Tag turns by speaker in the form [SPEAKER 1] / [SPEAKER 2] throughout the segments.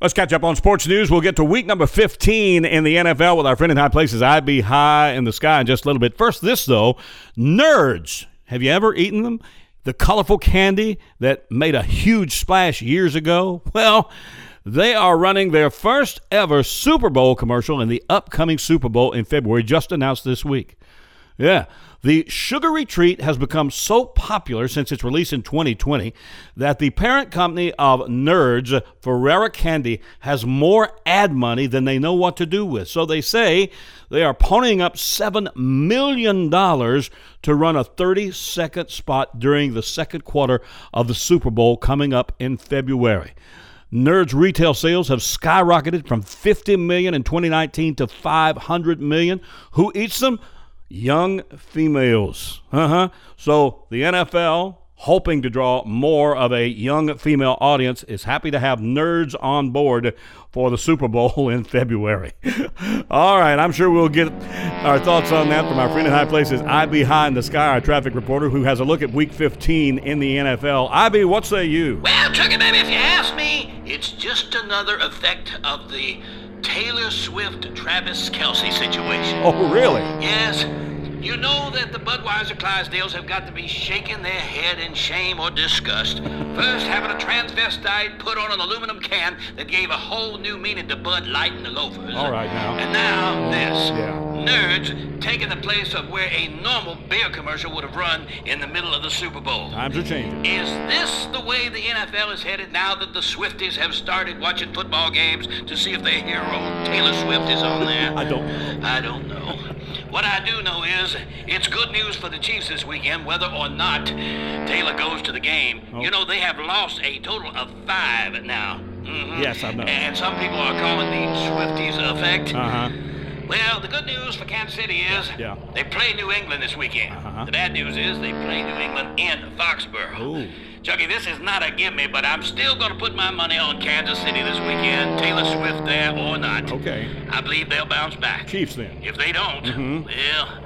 [SPEAKER 1] Let's catch up on sports news. We'll get to week number 15 in the NFL with our friend in high places, IB High in the Sky, in just a little bit. First, this, though nerds. Have you ever eaten them? The colorful candy that made a huge splash years ago? Well, they are running their first ever Super Bowl commercial in the upcoming Super Bowl in February, just announced this week. Yeah. The sugary treat has become so popular since its release in 2020 that the parent company of Nerds, Ferrera Candy, has more ad money than they know what to do with. So they say they are ponying up $7 million to run a 30 second spot during the second quarter of the Super Bowl coming up in February. Nerd's retail sales have skyrocketed from 50 million in 2019 to 500 million. Who eats them? young females. Uh huh. So the NFL, hoping to draw more of a young female audience, is happy to have nerds on board for the Super Bowl in February. All right, I'm sure we'll get our thoughts on that from our friend in high places, IB High in the Sky, our traffic reporter, who has a look at Week 15 in the NFL. IB, what say you?
[SPEAKER 2] Well, Trigger Baby, if you ask me, it's just another effect of the Taylor Swift Travis Kelsey situation.
[SPEAKER 1] Oh, really?
[SPEAKER 2] Yes, you know that the Budweiser Clydesdales have got to be shaking their head in shame or disgust. First, having a transvestite put on an aluminum can that gave a whole new meaning to Bud Light and the loafers.
[SPEAKER 1] All right, now.
[SPEAKER 2] And now this.
[SPEAKER 1] Yeah.
[SPEAKER 2] Nerds taking the place of where a normal beer commercial would have run in the middle of the Super Bowl.
[SPEAKER 1] Times are changing.
[SPEAKER 2] Is this the way the NFL is headed now that the Swifties have started watching football games to see if their hero Taylor Swift is on there?
[SPEAKER 1] I don't know.
[SPEAKER 2] I don't know. What I do know is it's good news for the Chiefs this weekend, whether or not Taylor goes to the game.
[SPEAKER 1] Oh.
[SPEAKER 2] You know, they have lost a total of five now. Mhm.
[SPEAKER 1] Yes, I know.
[SPEAKER 2] And some people are calling the Swifties effect.
[SPEAKER 1] Uh huh.
[SPEAKER 2] Well, the good news for Kansas City is
[SPEAKER 1] Yeah.
[SPEAKER 2] they play New England this weekend.
[SPEAKER 1] Uh-huh.
[SPEAKER 2] The bad news is they play New England in Foxborough.
[SPEAKER 1] Ooh.
[SPEAKER 2] Chucky, this is not a gimme, but I'm still going to put my money on Kansas City this weekend, Taylor Swift there or not.
[SPEAKER 1] Okay.
[SPEAKER 2] I believe they'll bounce back.
[SPEAKER 1] Chiefs then.
[SPEAKER 2] If they don't,
[SPEAKER 1] Mm-hmm.
[SPEAKER 2] well,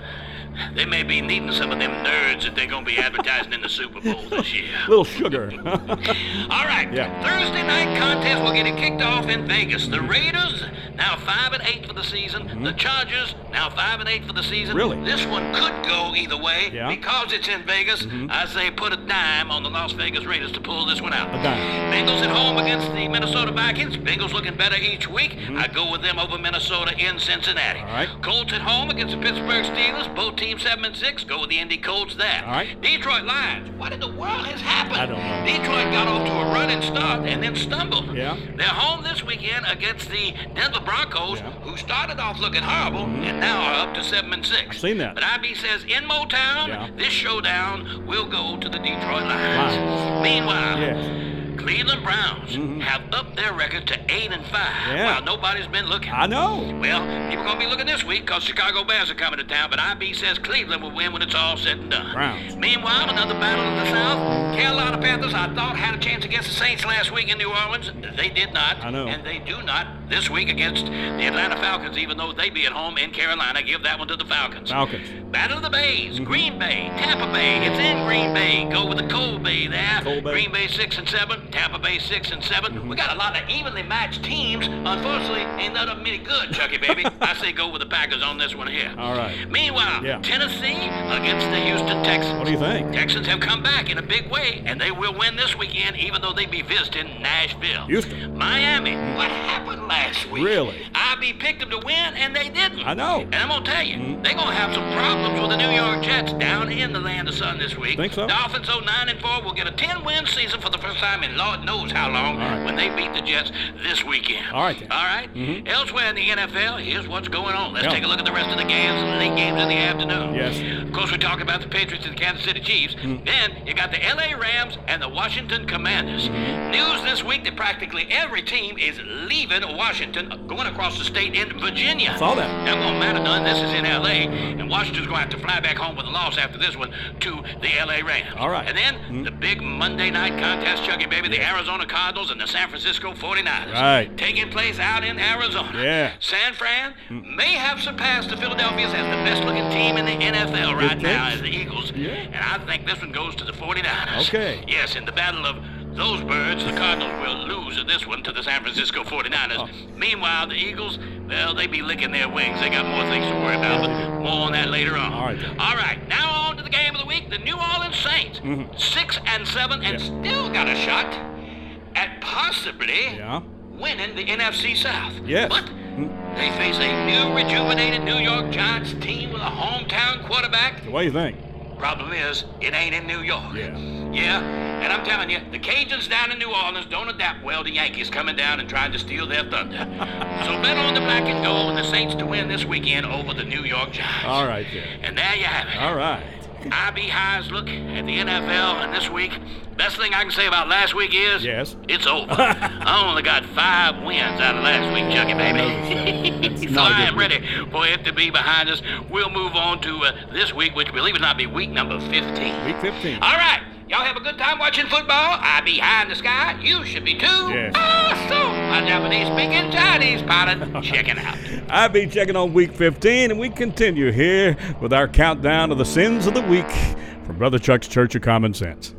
[SPEAKER 2] they may be needing some of them nerds that they're going to be advertising in the Super Bowl this year.
[SPEAKER 1] Little sugar.
[SPEAKER 2] All right.
[SPEAKER 1] Yeah.
[SPEAKER 2] Thursday night contest will get it kicked off in Vegas. The Raiders now five and eight for the season. The Chargers now five and eight for the season.
[SPEAKER 1] Mm-hmm. Really?
[SPEAKER 2] This one could go either way
[SPEAKER 1] Yeah. Mm-hmm.
[SPEAKER 2] because it's in Vegas. I say put a dime on the Las Vegas Raiders to pull this one out.
[SPEAKER 1] A dime.
[SPEAKER 2] Bengals at home against the Minnesota Vikings. Bengals looking better each week. I go with them over Minnesota in Cincinnati.
[SPEAKER 1] Mm-hmm. All right.
[SPEAKER 2] Colts at home against the Pittsburgh Steelers. Both teams seven and six. Go with the Indy Colts there.
[SPEAKER 1] All right.
[SPEAKER 2] Detroit Lions. What in the world has happened?
[SPEAKER 1] I don't know.
[SPEAKER 2] Detroit got off to a running start and then stumbled.
[SPEAKER 1] Yeah.
[SPEAKER 2] They're home this weekend against the Denver Broncos,
[SPEAKER 1] Yeah. Mm-hmm.
[SPEAKER 2] who started off looking horrible and now are up to seven and 6
[SPEAKER 1] I've seen that.
[SPEAKER 2] But IB says in Motown,
[SPEAKER 1] Yeah.
[SPEAKER 2] this showdown will go to the Detroit Lions.
[SPEAKER 1] Lions.
[SPEAKER 2] Meanwhile,
[SPEAKER 1] yes.
[SPEAKER 2] Cleveland Browns have upped their record to eight and five.
[SPEAKER 1] Mm-hmm. Yeah.
[SPEAKER 2] While nobody's been looking.
[SPEAKER 1] I know.
[SPEAKER 2] well, people gonna be looking this week 'cause Chicago Bears are coming to town, but IB says Cleveland will win when it's all said and done.
[SPEAKER 1] Browns.
[SPEAKER 2] Meanwhile, another battle in the South. Carolina Panthers, I thought, had a chance against the Saints last week in New Orleans. They did not.
[SPEAKER 1] I know.
[SPEAKER 2] And they do not this week against the Atlanta Falcons, even though they be at home in Carolina. Give that one to the Falcons.
[SPEAKER 1] Falcons. Mm-hmm.
[SPEAKER 2] Battle of the Bays, Green Bay, Tampa Bay. It's in Green Bay. Go with the Cold Bay there.
[SPEAKER 1] Cold Bay.
[SPEAKER 2] Green Bay six and seven, Tampa Bay six and 7
[SPEAKER 1] Mm-hmm.
[SPEAKER 2] We got a lot of evenly matched teams. Unfortunately, ain't none of them any good, Chucky baby. I say go with the Packers on this one here.
[SPEAKER 1] All right.
[SPEAKER 2] Meanwhile,
[SPEAKER 1] Yeah.
[SPEAKER 2] Tennessee against the Houston Texans.
[SPEAKER 1] What do you think?
[SPEAKER 2] Texans have come back in a big way, and they will win this weekend, even though they be visiting Nashville.
[SPEAKER 1] Houston.
[SPEAKER 2] Miami. What happened last week?
[SPEAKER 1] Really?
[SPEAKER 2] IB picked them to win, and they didn't.
[SPEAKER 1] I know. Mm.
[SPEAKER 2] And I'm going to tell you, they're going to have some problems with the New York Jets down in the land of sun this week.
[SPEAKER 1] Think so?
[SPEAKER 2] Dolphins 09 and 4 will get a 10 win season for the first time in Lord knows how long
[SPEAKER 1] All right.
[SPEAKER 2] when they beat the Jets this weekend.
[SPEAKER 1] All right, then. Mm-hmm.
[SPEAKER 2] All right? Elsewhere in the NFL, here's what's going on. Let's
[SPEAKER 1] Yeah.
[SPEAKER 2] take a look at the rest of the games and late games in the afternoon.
[SPEAKER 1] Yes.
[SPEAKER 2] Of course, we talk about the Patriots and the Kansas City Chiefs.
[SPEAKER 1] Hmm.
[SPEAKER 2] Then you got the LA Rams and the Washington Commanders. News this week that practically every team is leaving Washington, going across the state into Virginia.
[SPEAKER 1] Saw that.
[SPEAKER 2] Now, won't matter none. This is in LA, and Washington's going to have to fly back home with a loss after this one to the LA Rams.
[SPEAKER 1] All right. Hmm.
[SPEAKER 2] And then the big Monday night contest, Chucky Baby, the Arizona Cardinals and the San Francisco 49ers.
[SPEAKER 1] Right.
[SPEAKER 2] Taking place out in Arizona.
[SPEAKER 1] Yeah.
[SPEAKER 2] San Fran may have surpassed the Philadelphia's as the best looking team in the NFL right
[SPEAKER 1] think?
[SPEAKER 2] now, is the Eagles.
[SPEAKER 1] Yeah.
[SPEAKER 2] And I think this one goes to the 49ers.
[SPEAKER 1] Okay.
[SPEAKER 2] Yes, in the battle of Those birds, the Cardinals will lose in this one to the San Francisco 49ers.
[SPEAKER 1] Oh.
[SPEAKER 2] Meanwhile, the Eagles, well, they be licking their wings. They got more things to worry about, but more on that later on.
[SPEAKER 1] All right, then.
[SPEAKER 2] All right, now on to the game of the week, the New Orleans Saints. Six and seven, and
[SPEAKER 1] Mm-hmm. Yeah.
[SPEAKER 2] still got a shot at possibly
[SPEAKER 1] Yeah.
[SPEAKER 2] winning the NFC South.
[SPEAKER 1] Yes.
[SPEAKER 2] But they face a new rejuvenated New York Giants team with a hometown quarterback.
[SPEAKER 1] What do you think?
[SPEAKER 2] Problem is, it ain't in New York.
[SPEAKER 1] Yeah.
[SPEAKER 2] Yeah, and I'm telling you, the Cajuns down in New Orleans don't adapt well to Yankees coming down and trying to steal their thunder. so bet on the black and gold and the Saints to win this weekend over the New York Giants.
[SPEAKER 1] All right, then.
[SPEAKER 2] And there you have it.
[SPEAKER 1] All right.
[SPEAKER 2] IB High's look at the NFL and this week. Best thing I can say about last week is
[SPEAKER 1] Yes.
[SPEAKER 2] it's over. I only got five wins out of last week, Chucky baby. so
[SPEAKER 1] not a
[SPEAKER 2] I
[SPEAKER 1] good
[SPEAKER 2] am ready for it to be behind us. We'll move on to uh, this week, which believe it or not, be week number 15.
[SPEAKER 1] Week 15.
[SPEAKER 2] All right, y'all have a good time watching football. I be high in the sky. You should be too.
[SPEAKER 1] Yes.
[SPEAKER 2] Awesome. My Japanese speaking Chinese pilot checking out.
[SPEAKER 1] i be checking on week 15, and we continue here with our countdown of the sins of the week from Brother Chuck's Church of Common Sense.